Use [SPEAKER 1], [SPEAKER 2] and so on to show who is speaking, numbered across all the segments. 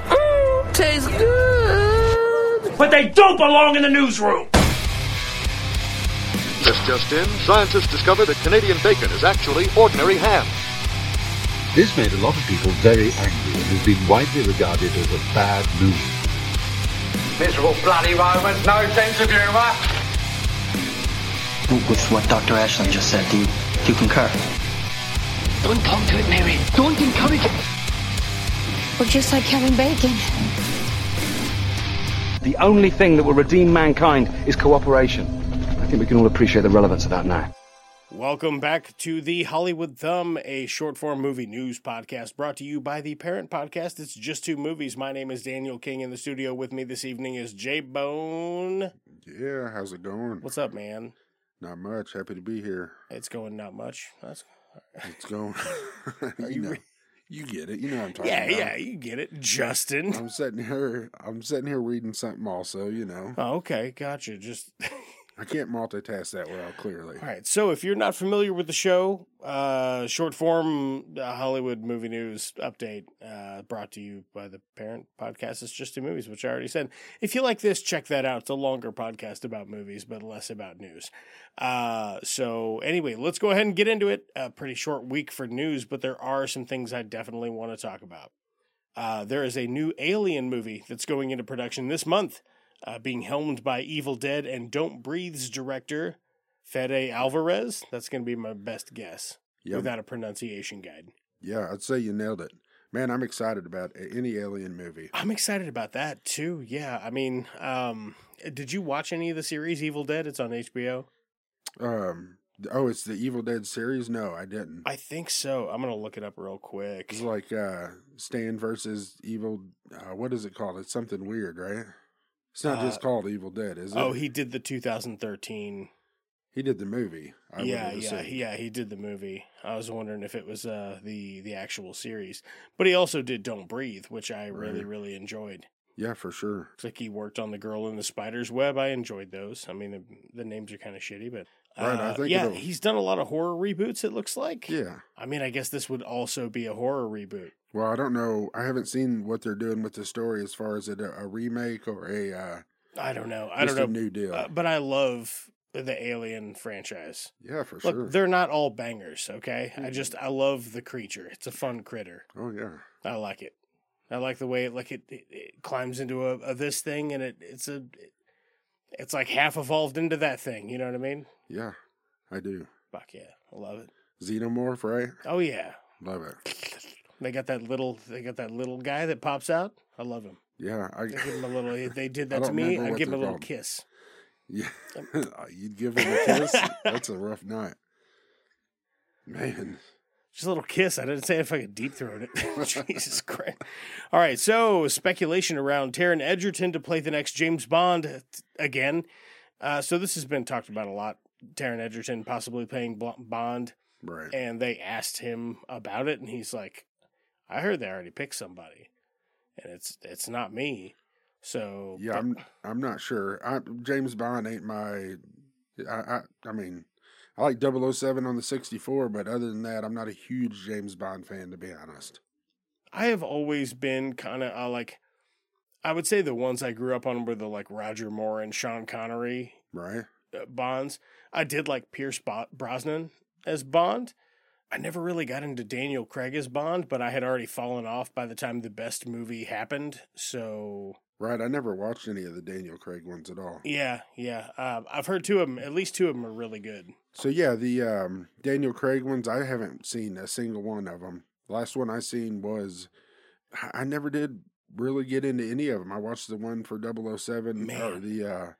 [SPEAKER 1] Mm, tastes good.
[SPEAKER 2] But they don't belong in the newsroom.
[SPEAKER 3] This just in, scientists discover that Canadian bacon is actually ordinary ham.
[SPEAKER 4] This made a lot of people very angry and has been widely regarded as a bad movie.
[SPEAKER 5] Miserable bloody Romans, no sense of humour.
[SPEAKER 6] With what Dr. Ashland just said, do you, do you concur?
[SPEAKER 7] Don't talk to it, Mary. Don't encourage it.
[SPEAKER 8] We're just like Kevin Bacon.
[SPEAKER 9] The only thing that will redeem mankind is cooperation. I think we can all appreciate the relevance of that now.
[SPEAKER 10] Welcome back to the Hollywood Thumb, a short form movie news podcast brought to you by the parent podcast. It's just two movies. My name is Daniel King. In the studio with me this evening is J Bone.
[SPEAKER 11] Yeah, how's it going?
[SPEAKER 10] What's up, man?
[SPEAKER 11] Not much. Happy to be here.
[SPEAKER 10] It's going not much. That's
[SPEAKER 11] It's going. you, know, you get it. You know what I'm talking
[SPEAKER 10] yeah,
[SPEAKER 11] about.
[SPEAKER 10] yeah, you get it, Justin.
[SPEAKER 11] I'm sitting here. I'm sitting here reading something. Also, you know,
[SPEAKER 10] Oh, okay, gotcha. Just
[SPEAKER 11] I can't multitask that well. Clearly,
[SPEAKER 10] All right. So if you're not familiar with the show, uh, short form uh, Hollywood movie news update uh, brought to you by the parent podcast. It's just two movies, which I already said. If you like this, check that out. It's a longer podcast about movies, but less about news. Uh, so anyway, let's go ahead and get into it. A pretty short week for news, but there are some things I definitely want to talk about. Uh, there is a new Alien movie that's going into production this month, uh, being helmed by Evil Dead and Don't Breathe's director Fede Alvarez. That's going to be my best guess
[SPEAKER 11] Yep.
[SPEAKER 10] without a pronunciation guide.
[SPEAKER 11] yeah, I'd say you nailed it, man. I'm excited about a- any alien movie.
[SPEAKER 10] I'm excited about that too. Yeah, I mean, um, did you watch any of the series Evil Dead? It's on HBO.
[SPEAKER 11] Um, oh, it's the Evil Dead series. No, I didn't.
[SPEAKER 10] I think so. I'm gonna look it up real quick.
[SPEAKER 11] It's like uh, Stan versus Evil. Uh, what is it called? It's something weird, right? It's not just
[SPEAKER 10] Uh,
[SPEAKER 11] called Evil Dead, is it?
[SPEAKER 10] Oh, he did the 2013.
[SPEAKER 11] he did the movie. I would
[SPEAKER 10] yeah,
[SPEAKER 11] have
[SPEAKER 10] yeah,
[SPEAKER 11] assumed.
[SPEAKER 10] yeah. He did the movie. I was wondering if it was uh, the the actual series, but he also did Don't Breathe, which I really
[SPEAKER 11] Right.
[SPEAKER 10] really enjoyed.
[SPEAKER 11] yeah, for sure.
[SPEAKER 10] Looks like he worked on the Girl in the Spider's Web. I enjoyed those. I mean, the, the names are kind of shitty, but uh,
[SPEAKER 11] Right, I think
[SPEAKER 10] yeah,
[SPEAKER 11] it'll-
[SPEAKER 10] he's done a lot of horror reboots. It looks like.
[SPEAKER 11] Yeah.
[SPEAKER 10] I mean, I guess this would also be a horror reboot.
[SPEAKER 11] Well, I don't know. I haven't seen what they're doing with the story as far as it a, a remake or a uh,
[SPEAKER 10] I don't know. I
[SPEAKER 11] just
[SPEAKER 10] don't
[SPEAKER 11] a
[SPEAKER 10] know.
[SPEAKER 11] new deal.
[SPEAKER 10] Uh, but I love the Alien franchise.
[SPEAKER 11] yeah, for
[SPEAKER 10] Look,
[SPEAKER 11] sure. Hmm.
[SPEAKER 10] they're not all bangers, okay? I just I love the creature. It's a fun critter.
[SPEAKER 11] Oh yeah,
[SPEAKER 10] I like it. I like the way it like it, it, it climbs into a, a this thing and it it's a it's like half evolved into that thing. You know what I mean?
[SPEAKER 11] yeah, I do.
[SPEAKER 10] Fuck yeah, I love it.
[SPEAKER 11] Xenomorph, right?
[SPEAKER 10] Oh yeah,
[SPEAKER 11] Love it.
[SPEAKER 10] they got that little they got that little guy that pops out. I love him.
[SPEAKER 11] Yeah, I
[SPEAKER 10] I give him a little. If they did
[SPEAKER 11] I
[SPEAKER 10] that to
[SPEAKER 11] don't
[SPEAKER 10] me,
[SPEAKER 11] remember
[SPEAKER 10] I
[SPEAKER 11] what
[SPEAKER 10] give him a
[SPEAKER 11] they're
[SPEAKER 10] little
[SPEAKER 11] called.
[SPEAKER 10] kiss.
[SPEAKER 11] yeah. Uh, You'd give him a kiss. That's a rough night, man.
[SPEAKER 10] Just a little kiss. I didn't say if I could deep throat it. Jesus Christ. All right. So, speculation around Taryn Edgerton to play the next James Bond uh, again. Uh, so, this has been talked about a lot. Taryn Edgerton possibly playing Bl- Bond.
[SPEAKER 11] Right.
[SPEAKER 10] And they asked him about it. And he's like, I heard they already picked somebody. And it's it's not me. So,
[SPEAKER 11] yeah, I'm. I'm not sure. I, James Bond ain't my. I, I. I mean, I like 007 on the 64, but other than that, I'm not a huge James Bond fan to be honest.
[SPEAKER 10] I have always been kind of uh, like, I would say the ones I grew up on were the like Roger Moore and Sean Connery
[SPEAKER 11] Right.
[SPEAKER 10] uh, Bonds. I did like Pierce Bo- Brosnan as Bond. I never really got into Daniel Craig as Bond, but I had already fallen off by the time the best movie happened. So
[SPEAKER 11] Right. I never watched any of the Daniel Craig ones at all.
[SPEAKER 10] yeah, yeah. Um, I've heard two of them. At least two of them are really good.
[SPEAKER 11] So yeah, the um, Daniel Craig ones I haven't seen a single one of them. Last one I seen was I- I never did really get into any of them. I watched the one for 007 or
[SPEAKER 10] Man.
[SPEAKER 11] the uh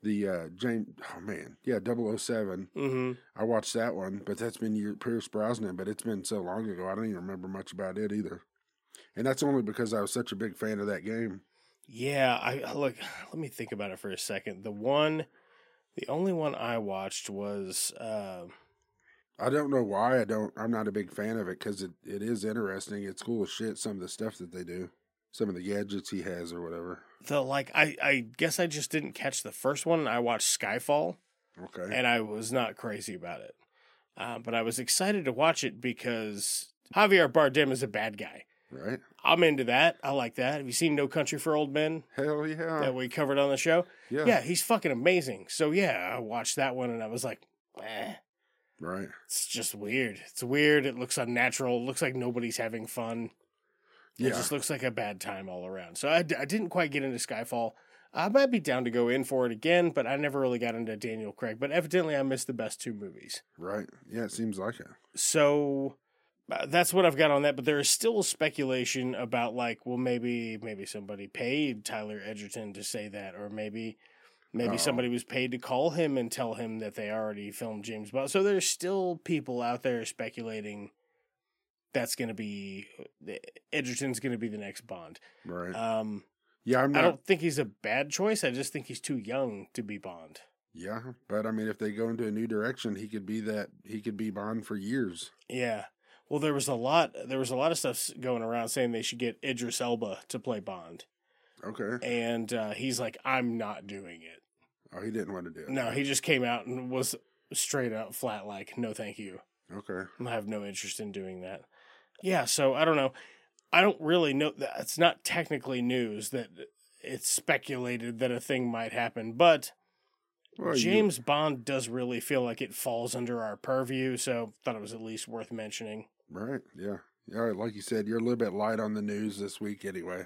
[SPEAKER 11] the uh James oh man, yeah, 007.
[SPEAKER 10] hmm
[SPEAKER 11] I watched that one, but that's been year, Pierce Brosnan, but it's been so long ago. I don't even remember much about it either. And that's only because I was such a big fan of that game.
[SPEAKER 10] Yeah, I I- look. Let me think about it for a second. The one, the only one I watched was. Uh,
[SPEAKER 11] I don't know why I don't. I'm not a big fan of it because it, it is interesting. It's cool as shit. Some of the stuff that they do, some of the gadgets he has or whatever.
[SPEAKER 10] the like I, I guess I just didn't catch the first one. I watched Skyfall
[SPEAKER 11] Okay.
[SPEAKER 10] and I was not crazy about it. Uh, but I was excited to watch it because Javier Bardem is a bad guy.
[SPEAKER 11] Right?
[SPEAKER 10] I'm into that. I like that. Have you seen No Country for Old Men
[SPEAKER 11] Hell yeah.
[SPEAKER 10] that we covered on the show?
[SPEAKER 11] yeah.
[SPEAKER 10] Yeah, he's fucking amazing. So yeah, I watched that one and I was like, eh,
[SPEAKER 11] Right.
[SPEAKER 10] it's just weird. It's weird. It looks unnatural. It looks like nobody's having fun. It
[SPEAKER 11] Yeah.
[SPEAKER 10] just looks like a bad time all around. So I, d- I didn't quite get into Skyfall. I might be down to go in for it again, but I never really got into Daniel Craig. But evidently, I missed the best two movies.
[SPEAKER 11] Right. Yeah, it seems like it.
[SPEAKER 10] So uh, that's what I've got on that. But there is still speculation about like, well, maybe maybe somebody paid Tyler Edgerton to say that, or maybe maybe
[SPEAKER 11] Oh.
[SPEAKER 10] somebody was paid to call him and tell him that they already filmed James Bond. So there's still people out there speculating that's going to be uh, Edgerton's going to be the next Bond.
[SPEAKER 11] Right.
[SPEAKER 10] Um,
[SPEAKER 11] yeah, I'm
[SPEAKER 10] I
[SPEAKER 11] not.
[SPEAKER 10] don't think he's a bad choice. I just think he's too young to be Bond.
[SPEAKER 11] yeah, but I mean, if they go into a new direction, he could be that. He could be Bond for years.
[SPEAKER 10] Yeah. Well, there was a lot. There was a lot of stuff s- going around saying they should get Idris Elba to play Bond,
[SPEAKER 11] Okay.
[SPEAKER 10] and uh, he's like, "I'm not doing it."
[SPEAKER 11] Oh, he didn't want to do it.
[SPEAKER 10] No, he just came out and was straight up flat like, "No, thank you.
[SPEAKER 11] Okay.
[SPEAKER 10] I have no interest in doing that." Yeah. So I don't know. I don't really know. It's not technically news that it's speculated that a thing might happen, but
[SPEAKER 11] Well, you-
[SPEAKER 10] James Bond does really feel like it falls under our purview, so thought it was at least worth mentioning.
[SPEAKER 11] right. Yeah. Yeah. Like you said, you're a little bit light on the news this week, anyway.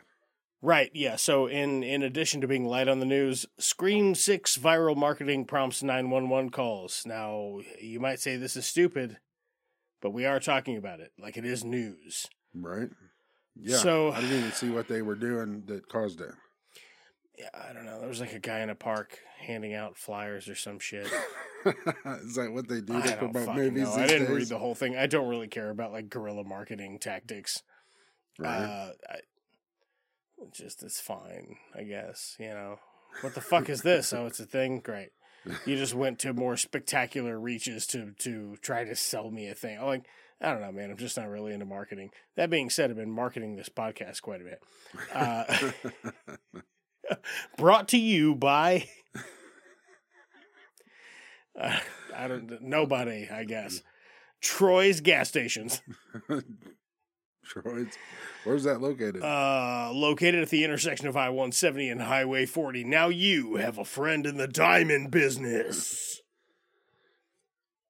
[SPEAKER 10] Right, yeah. So in in addition to being light on the news, Scream 6 viral marketing prompts 911 calls. Now, you might say this is stupid, but we are talking about it like it is news.
[SPEAKER 11] Right. Yeah.
[SPEAKER 10] So-
[SPEAKER 11] I didn't even see what they were doing that caused it.
[SPEAKER 10] Yeah, I don't know. There was like a guy in a park handing out flyers or some shit.
[SPEAKER 11] Is that what they do
[SPEAKER 10] I
[SPEAKER 11] to
[SPEAKER 10] don't
[SPEAKER 11] promote
[SPEAKER 10] fucking
[SPEAKER 11] movies?
[SPEAKER 10] know.
[SPEAKER 11] these
[SPEAKER 10] I didn't read
[SPEAKER 11] days?
[SPEAKER 10] the whole thing. I don't really care about like guerrilla marketing tactics.
[SPEAKER 11] Right.
[SPEAKER 10] Uh, I, it's just it's fine, I guess. You know, what the fuck is this? Oh, it's a thing. Great. You just went to more spectacular reaches to to try to sell me a thing. I'm like, I don't know, man. I'm just not really into marketing. That being said, I've been marketing this podcast quite a bit. Uh, brought to you by. Uh, I don't nobody, I guess. Troy's gas stations.
[SPEAKER 11] Troy's. Where's that located?
[SPEAKER 10] Uh, located at the intersection of I 170 and Highway 40. Now you have a friend in the diamond business.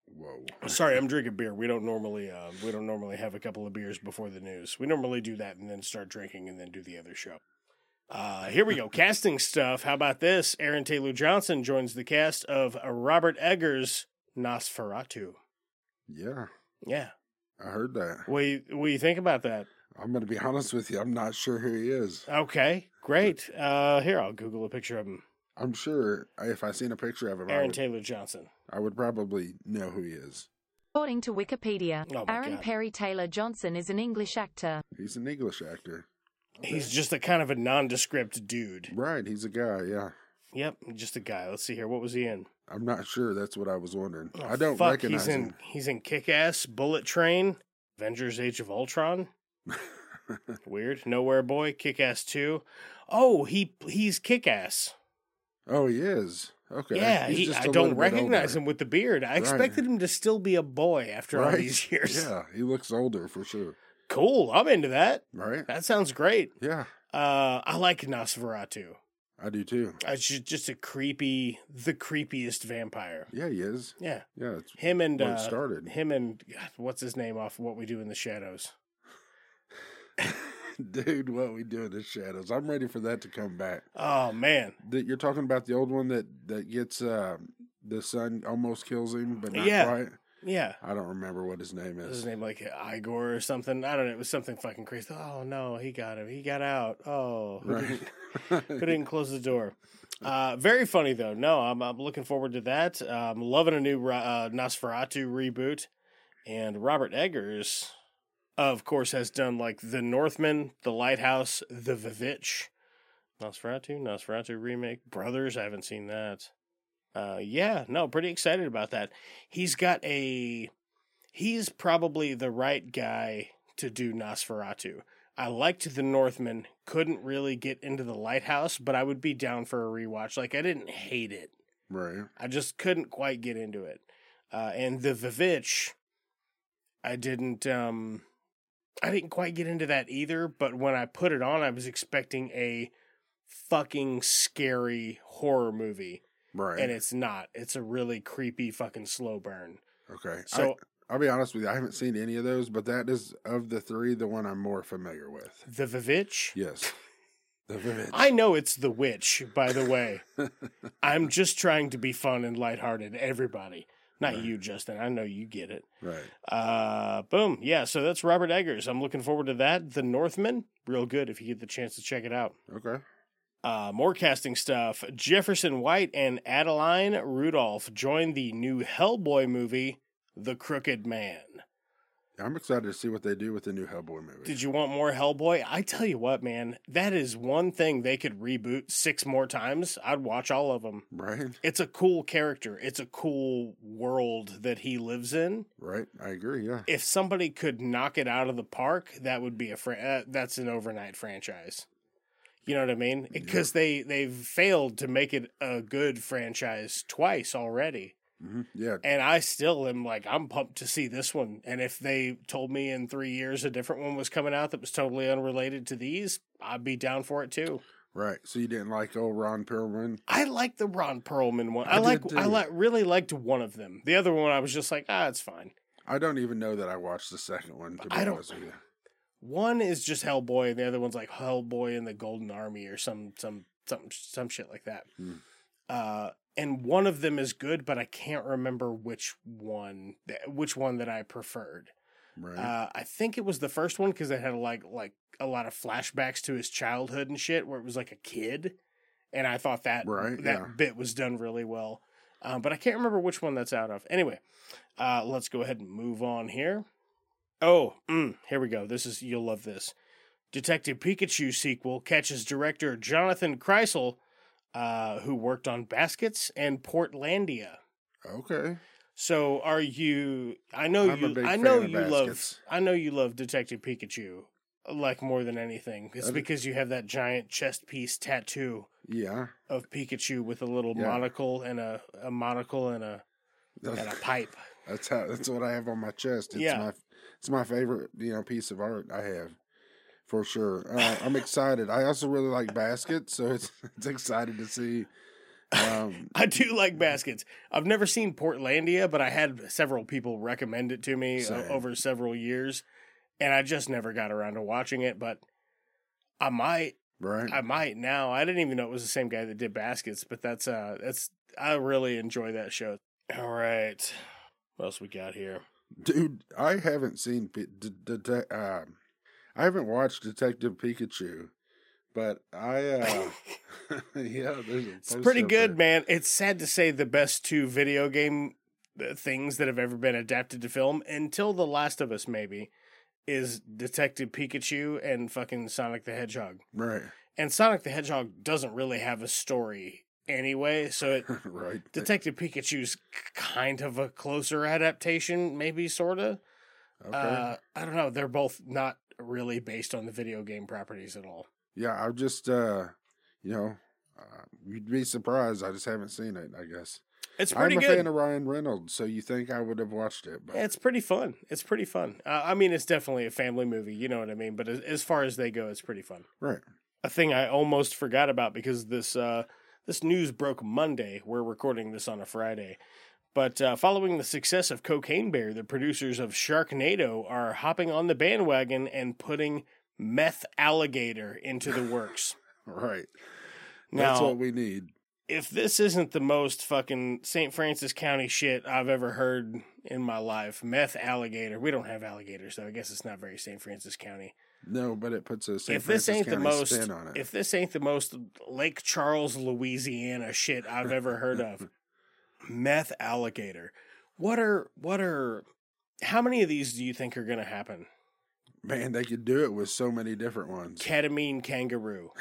[SPEAKER 11] Whoa.
[SPEAKER 10] Sorry, I'm drinking beer. We don't normally uh, we don't normally have a couple of beers before the news. We normally do that and then start drinking and then do the other show. Uh, here we go. Casting stuff. How about this? Aaron Taylor Johnson joins the cast of Robert Eggers' Nosferatu.
[SPEAKER 11] Yeah,
[SPEAKER 10] Yeah.
[SPEAKER 11] I heard that.
[SPEAKER 10] What do you, what do you think about that?
[SPEAKER 11] I'm going to be honest with you. I'm not sure who he is.
[SPEAKER 10] Okay, great. Uh, here, I'll Google a picture of him.
[SPEAKER 11] I'm sure if I seen a picture of him, I
[SPEAKER 10] Aaron
[SPEAKER 11] would,
[SPEAKER 10] Taylor Johnson.
[SPEAKER 11] I would probably know who he is.
[SPEAKER 12] According to Wikipedia,
[SPEAKER 10] Oh my
[SPEAKER 12] Aaron
[SPEAKER 10] God.
[SPEAKER 12] Perry Taylor Johnson is an English actor.
[SPEAKER 11] He's an English actor.
[SPEAKER 10] He's just a kind of a nondescript dude.
[SPEAKER 11] Right, he's a guy, yeah.
[SPEAKER 10] Yep, just a guy. Let's see here. What was he in?
[SPEAKER 11] I'm not sure. That's what I was wondering.
[SPEAKER 10] Oh,
[SPEAKER 11] I don't
[SPEAKER 10] fuck,
[SPEAKER 11] recognize
[SPEAKER 10] he's in,
[SPEAKER 11] him.
[SPEAKER 10] He's in Kick Ass, Bullet Train, Avengers: Age of Ultron. Weird. Nowhere Boy, Kick Ass Two. Oh, he he's Kick Ass.
[SPEAKER 11] Oh, he is. Okay.
[SPEAKER 10] Yeah,
[SPEAKER 11] he's
[SPEAKER 10] he,
[SPEAKER 11] just
[SPEAKER 10] I
[SPEAKER 11] a
[SPEAKER 10] don't
[SPEAKER 11] little bit
[SPEAKER 10] recognize
[SPEAKER 11] older.
[SPEAKER 10] him with the beard. I
[SPEAKER 11] Right.
[SPEAKER 10] expected him to still be a boy after all these years.
[SPEAKER 11] Yeah, he looks older for sure.
[SPEAKER 10] Cool. I'm into that.
[SPEAKER 11] Right?
[SPEAKER 10] That sounds great.
[SPEAKER 11] Yeah,
[SPEAKER 10] Uh, I like Nosferatu.
[SPEAKER 11] I do too.
[SPEAKER 10] It's ju- just a creepy, the creepiest vampire.
[SPEAKER 11] Yeah, he is.
[SPEAKER 10] Yeah.
[SPEAKER 11] Yeah, it's
[SPEAKER 10] Him and
[SPEAKER 11] Where it
[SPEAKER 10] uh,
[SPEAKER 11] started.
[SPEAKER 10] Him and God, what's his name off What We Do in the Shadows.
[SPEAKER 11] dude. What we do in the shadows. I'm ready for that to come back.
[SPEAKER 10] Oh man,
[SPEAKER 11] That you're talking about the old one that that gets uh, the son almost kills him, but not
[SPEAKER 10] Yeah.
[SPEAKER 11] quite.
[SPEAKER 10] yeah.
[SPEAKER 11] I don't remember what his name
[SPEAKER 10] What was
[SPEAKER 11] is.
[SPEAKER 10] his name like Igor or something? I don't know. It was something fucking crazy. Oh no, he got him. He got out. Oh, who
[SPEAKER 11] Right.
[SPEAKER 10] didn't- who didn't close the door? Uh, very funny though. No, I'm I'm looking forward to that. I'm loving a new Ro- uh, Nosferatu reboot, and Robert Eggers, of course, has done like The Northman, The Lighthouse, The Vivitch, Nosferatu, Nosferatu remake, Brothers. I haven't seen that. Uh, yeah, no, pretty excited about that. He's got a, he's probably the right guy to do Nosferatu. I liked The Northman, couldn't really get into The Lighthouse, but I would be down for a rewatch. Like, I didn't hate it.
[SPEAKER 11] Right.
[SPEAKER 10] I just couldn't quite get into it. Uh, and the Vivitch, I didn't. Um, I didn't quite get into that either, but when I put it on, I was expecting a fucking scary horror movie.
[SPEAKER 11] Right.
[SPEAKER 10] And it's not. It's a really creepy fucking slow burn.
[SPEAKER 11] Okay.
[SPEAKER 10] So-
[SPEAKER 11] I, will be honest with you, I haven't seen any of those, but that is of the three the one I'm more familiar with.
[SPEAKER 10] The Vivitch?
[SPEAKER 11] Yes. The Vivitch.
[SPEAKER 10] I know it's The Witch, by the way. I'm just trying to be fun and lighthearted, everybody. Not you, Justin. I know you get it.
[SPEAKER 11] Right.
[SPEAKER 10] Uh, boom. Yeah, so that's Robert Eggers. I'm looking forward to that. The Northman, real good if you get the chance to check it out.
[SPEAKER 11] Okay.
[SPEAKER 10] Uh, more casting stuff. Jefferson White and Adeline Rudolph join the new Hellboy movie, The Crooked Man.
[SPEAKER 11] I'm excited to see what they do with the new Hellboy movie.
[SPEAKER 10] Did you want more Hellboy? I tell you what, man, that is one thing they could reboot six more times. I'd watch all of them.
[SPEAKER 11] Right.
[SPEAKER 10] It's a cool character, it's a cool world that he lives in.
[SPEAKER 11] Right. I agree. Yeah.
[SPEAKER 10] If somebody could knock it out of the park, that would be a fran- uh, that's an overnight franchise. You know what I mean? Because they they've failed to make it a good franchise twice already.
[SPEAKER 11] Mhm. Yeah.
[SPEAKER 10] And I still am like, I'm pumped to see this one. And if they told me in three years a different one was coming out that was totally unrelated to these, I'd be down for it too.
[SPEAKER 11] Right. So you didn't like old Ron Perlman?
[SPEAKER 10] I like the Ron Perlman one.
[SPEAKER 11] I
[SPEAKER 10] I, like
[SPEAKER 11] did, too.
[SPEAKER 10] I like really liked one of them. The other one I was just like, ah, it's fine.
[SPEAKER 11] I don't even know that I watched the second one. To be
[SPEAKER 10] I don't-
[SPEAKER 11] honest with you.
[SPEAKER 10] One is just Hellboy and the other one's like Hellboy and the Golden Army or some some some some shit like that.
[SPEAKER 11] Hmm.
[SPEAKER 10] Uh and one of them is good, but I can't remember which one which one that I preferred.
[SPEAKER 11] Right.
[SPEAKER 10] Uh, I think it was the first one because it had like like a lot of flashbacks to his childhood and shit, where it was like a kid, and I thought that
[SPEAKER 11] Right,
[SPEAKER 10] that
[SPEAKER 11] yeah.
[SPEAKER 10] bit was done really well, um, but I can't remember which one that's out of. Anyway, uh, let's go ahead and move on here. Oh, mm, here we go. This is you'll love this. Detective Pikachu sequel catches director Jonathan Kreisel, uh, who worked on Baskets and Portlandia.
[SPEAKER 11] okay.
[SPEAKER 10] So are you I know
[SPEAKER 11] I'm a
[SPEAKER 10] you
[SPEAKER 11] big
[SPEAKER 10] I know
[SPEAKER 11] fan of
[SPEAKER 10] you love
[SPEAKER 11] baskets.
[SPEAKER 10] I know you love Detective Pikachu uh, like more than anything. It's
[SPEAKER 11] That-
[SPEAKER 10] because you have that giant chest piece tattoo
[SPEAKER 11] Yeah.
[SPEAKER 10] of Pikachu with a little
[SPEAKER 11] Yeah.
[SPEAKER 10] monocle and a, a monocle and a and a pipe.
[SPEAKER 11] That's how. That's what I have on my chest. It's
[SPEAKER 10] Yeah.
[SPEAKER 11] my It's my favorite, you know, piece of art I have, for sure. Uh, I'm excited. I also really like baskets, so it's it's excited to see. Um,
[SPEAKER 10] I do like baskets. I've never seen Portlandia, but I had several people recommend it to me o-
[SPEAKER 11] Same.
[SPEAKER 10] over several years and I just never got around to watching it, but I might
[SPEAKER 11] right.
[SPEAKER 10] I might now. I didn't even know it was the same guy that did baskets, but that's uh that's I really enjoy that show. All right. What else we got here?
[SPEAKER 11] Dude, I haven't seen P- d- Dete- uh, I haven't watched Detective Pikachu, but I uh yeah, there's a
[SPEAKER 10] It's
[SPEAKER 11] post
[SPEAKER 10] pretty
[SPEAKER 11] up
[SPEAKER 10] good,
[SPEAKER 11] there.
[SPEAKER 10] man. It's sad to say the best two video game uh, things that have ever been adapted to film until The Last of Us maybe is Detective Pikachu and fucking Sonic the Hedgehog.
[SPEAKER 11] Right.
[SPEAKER 10] And Sonic the Hedgehog doesn't really have a story anyway, so it
[SPEAKER 11] right.
[SPEAKER 10] Detective Pikachu's k- kind of a closer adaptation, maybe sorta.
[SPEAKER 11] Okay.
[SPEAKER 10] Uh, I don't know. They're both not really based on the video game properties at all.
[SPEAKER 11] yeah, I've just uh you know, uh, you'd be surprised. I just haven't seen it, I guess.
[SPEAKER 10] It's
[SPEAKER 11] I'm
[SPEAKER 10] pretty
[SPEAKER 11] a
[SPEAKER 10] good.
[SPEAKER 11] fan of Ryan Reynolds, so you think I would have watched it, but
[SPEAKER 10] it's pretty fun. It's pretty fun. Uh, I mean, it's definitely a family movie. You know what I mean? But as, as far as they go, it's pretty fun.
[SPEAKER 11] right.
[SPEAKER 10] A thing I almost forgot about because this uh, this news broke Monday. We're recording this on a Friday. But uh, following the success of Cocaine Bear, the producers of Sharknado are hopping on the bandwagon and putting meth alligator into the works.
[SPEAKER 11] Right. That's
[SPEAKER 10] Now,
[SPEAKER 11] what we need.
[SPEAKER 10] if this isn't the most fucking St. Francis County shit I've ever heard in my life, meth alligator. We don't have alligators, so I guess it's not very St. Francis County.
[SPEAKER 11] No, but it puts a St.
[SPEAKER 10] if this
[SPEAKER 11] Francis
[SPEAKER 10] ain't the
[SPEAKER 11] County
[SPEAKER 10] most,
[SPEAKER 11] spin on it.
[SPEAKER 10] if this ain't the most Lake Charles, Louisiana shit I've ever heard of, meth alligator. What are what are? How many of these do you think are going to happen?
[SPEAKER 11] Man, they could do it with so many different ones.
[SPEAKER 10] Ketamine kangaroo.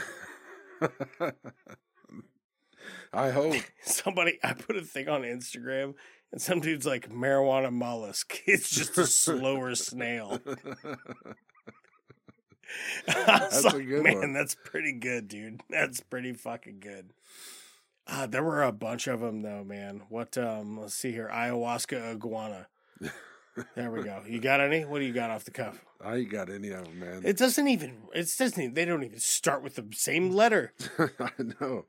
[SPEAKER 11] I hope.
[SPEAKER 10] somebody I put a thing on Instagram and some dude's like marijuana mollusk. It's just a slower snail. that's
[SPEAKER 11] That's a good
[SPEAKER 10] man,
[SPEAKER 11] one.
[SPEAKER 10] that's pretty good, dude. That's pretty fucking good. Uh, there were a bunch of them though, man. What um let's see here. Ayahuasca iguana. There we go. You got any? What do you got off the cuff?
[SPEAKER 11] I ain't got any of them, man.
[SPEAKER 10] It doesn't even. It doesn't. Even, they don't even start with the same letter.
[SPEAKER 11] I know.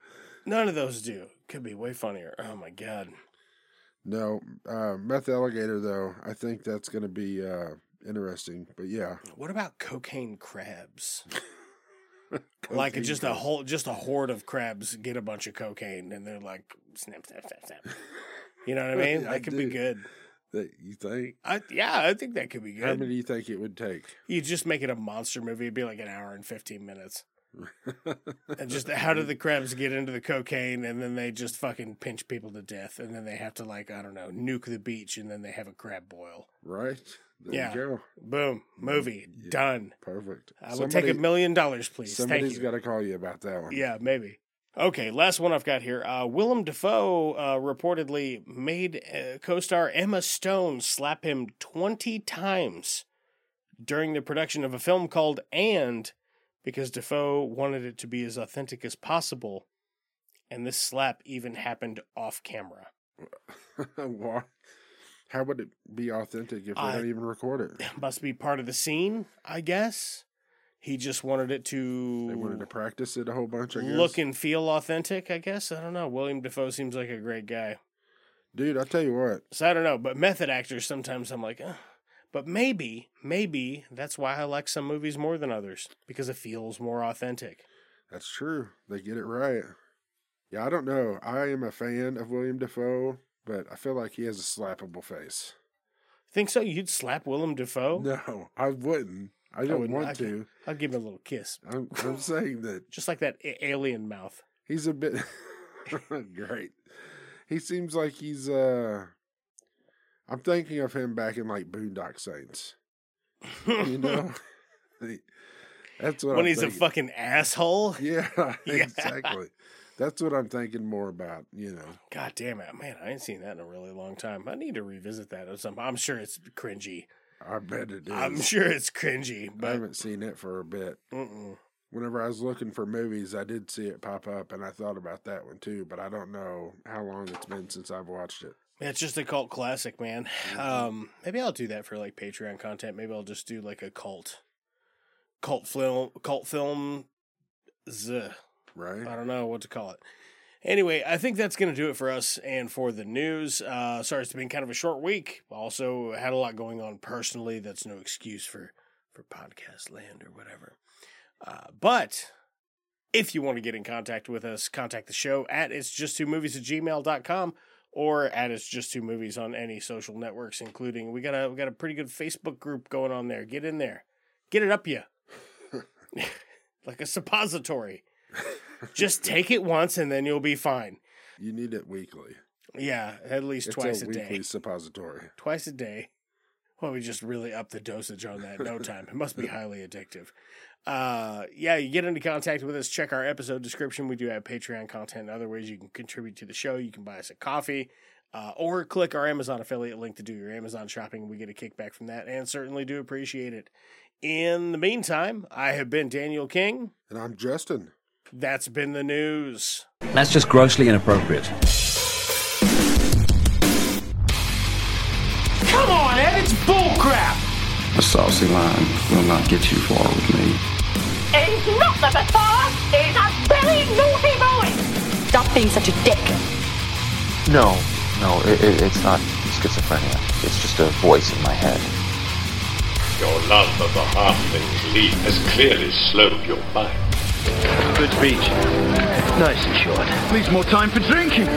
[SPEAKER 10] None of those do. Could be way funnier. Oh my god.
[SPEAKER 11] No, uh, meth alligator though. I think that's going to be uh, interesting. But yeah,
[SPEAKER 10] What about cocaine crabs? like just a whole, just a horde of crabs get a bunch of cocaine and they're like snap, snap, snap, snap. You know what I mean?
[SPEAKER 11] I
[SPEAKER 10] That could be
[SPEAKER 11] do.
[SPEAKER 10] good.
[SPEAKER 11] that you think?
[SPEAKER 10] I, yeah, I think that could be
[SPEAKER 11] How
[SPEAKER 10] good.
[SPEAKER 11] many do you think it would take?
[SPEAKER 10] you just make it a monster movie. It'd be like an hour and fifteen minutes. and just how do the crabs get into the cocaine and then they just fucking pinch people to death and then they have to like I don't know nuke the beach and then they have a crab boil.
[SPEAKER 11] Right there
[SPEAKER 10] Yeah.
[SPEAKER 11] you go.
[SPEAKER 10] Boom, movie
[SPEAKER 11] Yeah.
[SPEAKER 10] done.
[SPEAKER 11] Perfect.
[SPEAKER 10] I will take a million dollars, please. Thank
[SPEAKER 11] Somebody's
[SPEAKER 10] you.
[SPEAKER 11] got to call you about that one.
[SPEAKER 10] Yeah, maybe. Okay, last one I've got here. Uh, Willem Dafoe uh, reportedly made uh, co star Emma Stone slap him 20 times during the production of a film called And because Dafoe wanted it to be as authentic as possible. And this slap even happened off camera.
[SPEAKER 11] Why? How would it be authentic if they
[SPEAKER 10] I-
[SPEAKER 11] don't even record it?
[SPEAKER 10] Must be part of the scene, I guess. He just wanted it to.
[SPEAKER 11] They wanted to practice it a whole bunch. I guess.
[SPEAKER 10] Look and feel authentic, I guess. I don't know. William Defoe seems like a great guy.
[SPEAKER 11] dude, I tell you what.
[SPEAKER 10] So I don't know, but method actors sometimes I'm like, Ugh. but maybe, maybe that's why I like some movies more than others because it feels more authentic.
[SPEAKER 11] That's true. They get it right. Yeah, I don't know. I am a fan of William Defoe, but I feel like he has a slappable face.
[SPEAKER 10] Think so? You'd slap Willem Dafoe?
[SPEAKER 11] No, I wouldn't. I don't
[SPEAKER 10] wouldn't.
[SPEAKER 11] want
[SPEAKER 10] I
[SPEAKER 11] to.
[SPEAKER 10] can't- I'll give him a little kiss,
[SPEAKER 11] I'm, I'm saying that
[SPEAKER 10] just like that a- alien mouth.
[SPEAKER 11] he's a bit great. He seems like he's uh I'm thinking of him back in like Boondock Saints. You know? That's what I'm
[SPEAKER 10] when he's
[SPEAKER 11] thinking.
[SPEAKER 10] a fucking asshole.
[SPEAKER 11] Yeah,
[SPEAKER 10] Yeah.
[SPEAKER 11] exactly. That's what I'm thinking more about, you know.
[SPEAKER 10] God damn it, man! I ain't seen that in a really long time. I need to revisit that or something. I'm sure it's cringy.
[SPEAKER 11] I bet it is.
[SPEAKER 10] I'm sure it's cringy,
[SPEAKER 11] I
[SPEAKER 10] but
[SPEAKER 11] haven't seen it for a bit.
[SPEAKER 10] mm-mm.
[SPEAKER 11] Whenever I was looking for movies, I did see it pop up and I thought about that one too, but I don't know how long it's been since I've watched it.
[SPEAKER 10] It's just a cult classic, man. Um, maybe I'll do that for like Patreon content. Maybe I'll just do like a cult, cult film, cult film. Z.
[SPEAKER 11] Right?
[SPEAKER 10] I don't know what to call it. Anyway, I think that's going to do it for us and for the news. Uh, sorry, it's been kind of a short week. Also, had a lot going on personally. That's no excuse for for podcast land or whatever. Uh, but if you want to get in contact with us, contact the show at it's just two movies at gmail.com or at it's just two movies on any social networks, including we got a we got a pretty good Facebook group going on there. Get in there, get it up you like a suppository. Just take it once and then you'll be fine.
[SPEAKER 11] You need it weekly.
[SPEAKER 10] Yeah, at least
[SPEAKER 11] It's
[SPEAKER 10] twice
[SPEAKER 11] a,
[SPEAKER 10] a,
[SPEAKER 11] weekly
[SPEAKER 10] day.
[SPEAKER 11] suppository.
[SPEAKER 10] Twice a day. Well, we just really up the dosage on that in no time. It must be highly addictive. Uh, yeah, you get into contact with us. Check our episode description. We do have Patreon content and other ways you can contribute to the show. You can buy us a coffee uh, or click our Amazon affiliate link to do your Amazon shopping. We get a kickback from that and certainly do appreciate it. In the meantime, I have been Daniel King.
[SPEAKER 11] And I'm Justin.
[SPEAKER 10] That's been the news.
[SPEAKER 7] That's just grossly inappropriate.
[SPEAKER 2] Come on, Ed, it's bullcrap.
[SPEAKER 6] A saucy line will not get you far with me.
[SPEAKER 13] He's not the
[SPEAKER 1] Ah!
[SPEAKER 13] boss. He's a very naughty boy. Stop being such a dick.
[SPEAKER 14] No, no, it, it, it's not schizophrenia. It's just a voice in my head.
[SPEAKER 15] Your love of the halfling's leap has clearly slowed your mind. Good speech. Nice and short.
[SPEAKER 7] Leaves more time for drinking. Break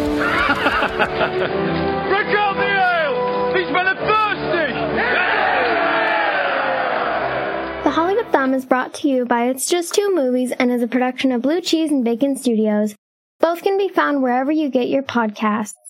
[SPEAKER 7] out the ale! These men are thirsty!
[SPEAKER 16] The Holly of Thumb is brought to you by It's Just Two Movies and is a production of Blue Cheese and Bacon Studios. Both can be found wherever you get your podcasts.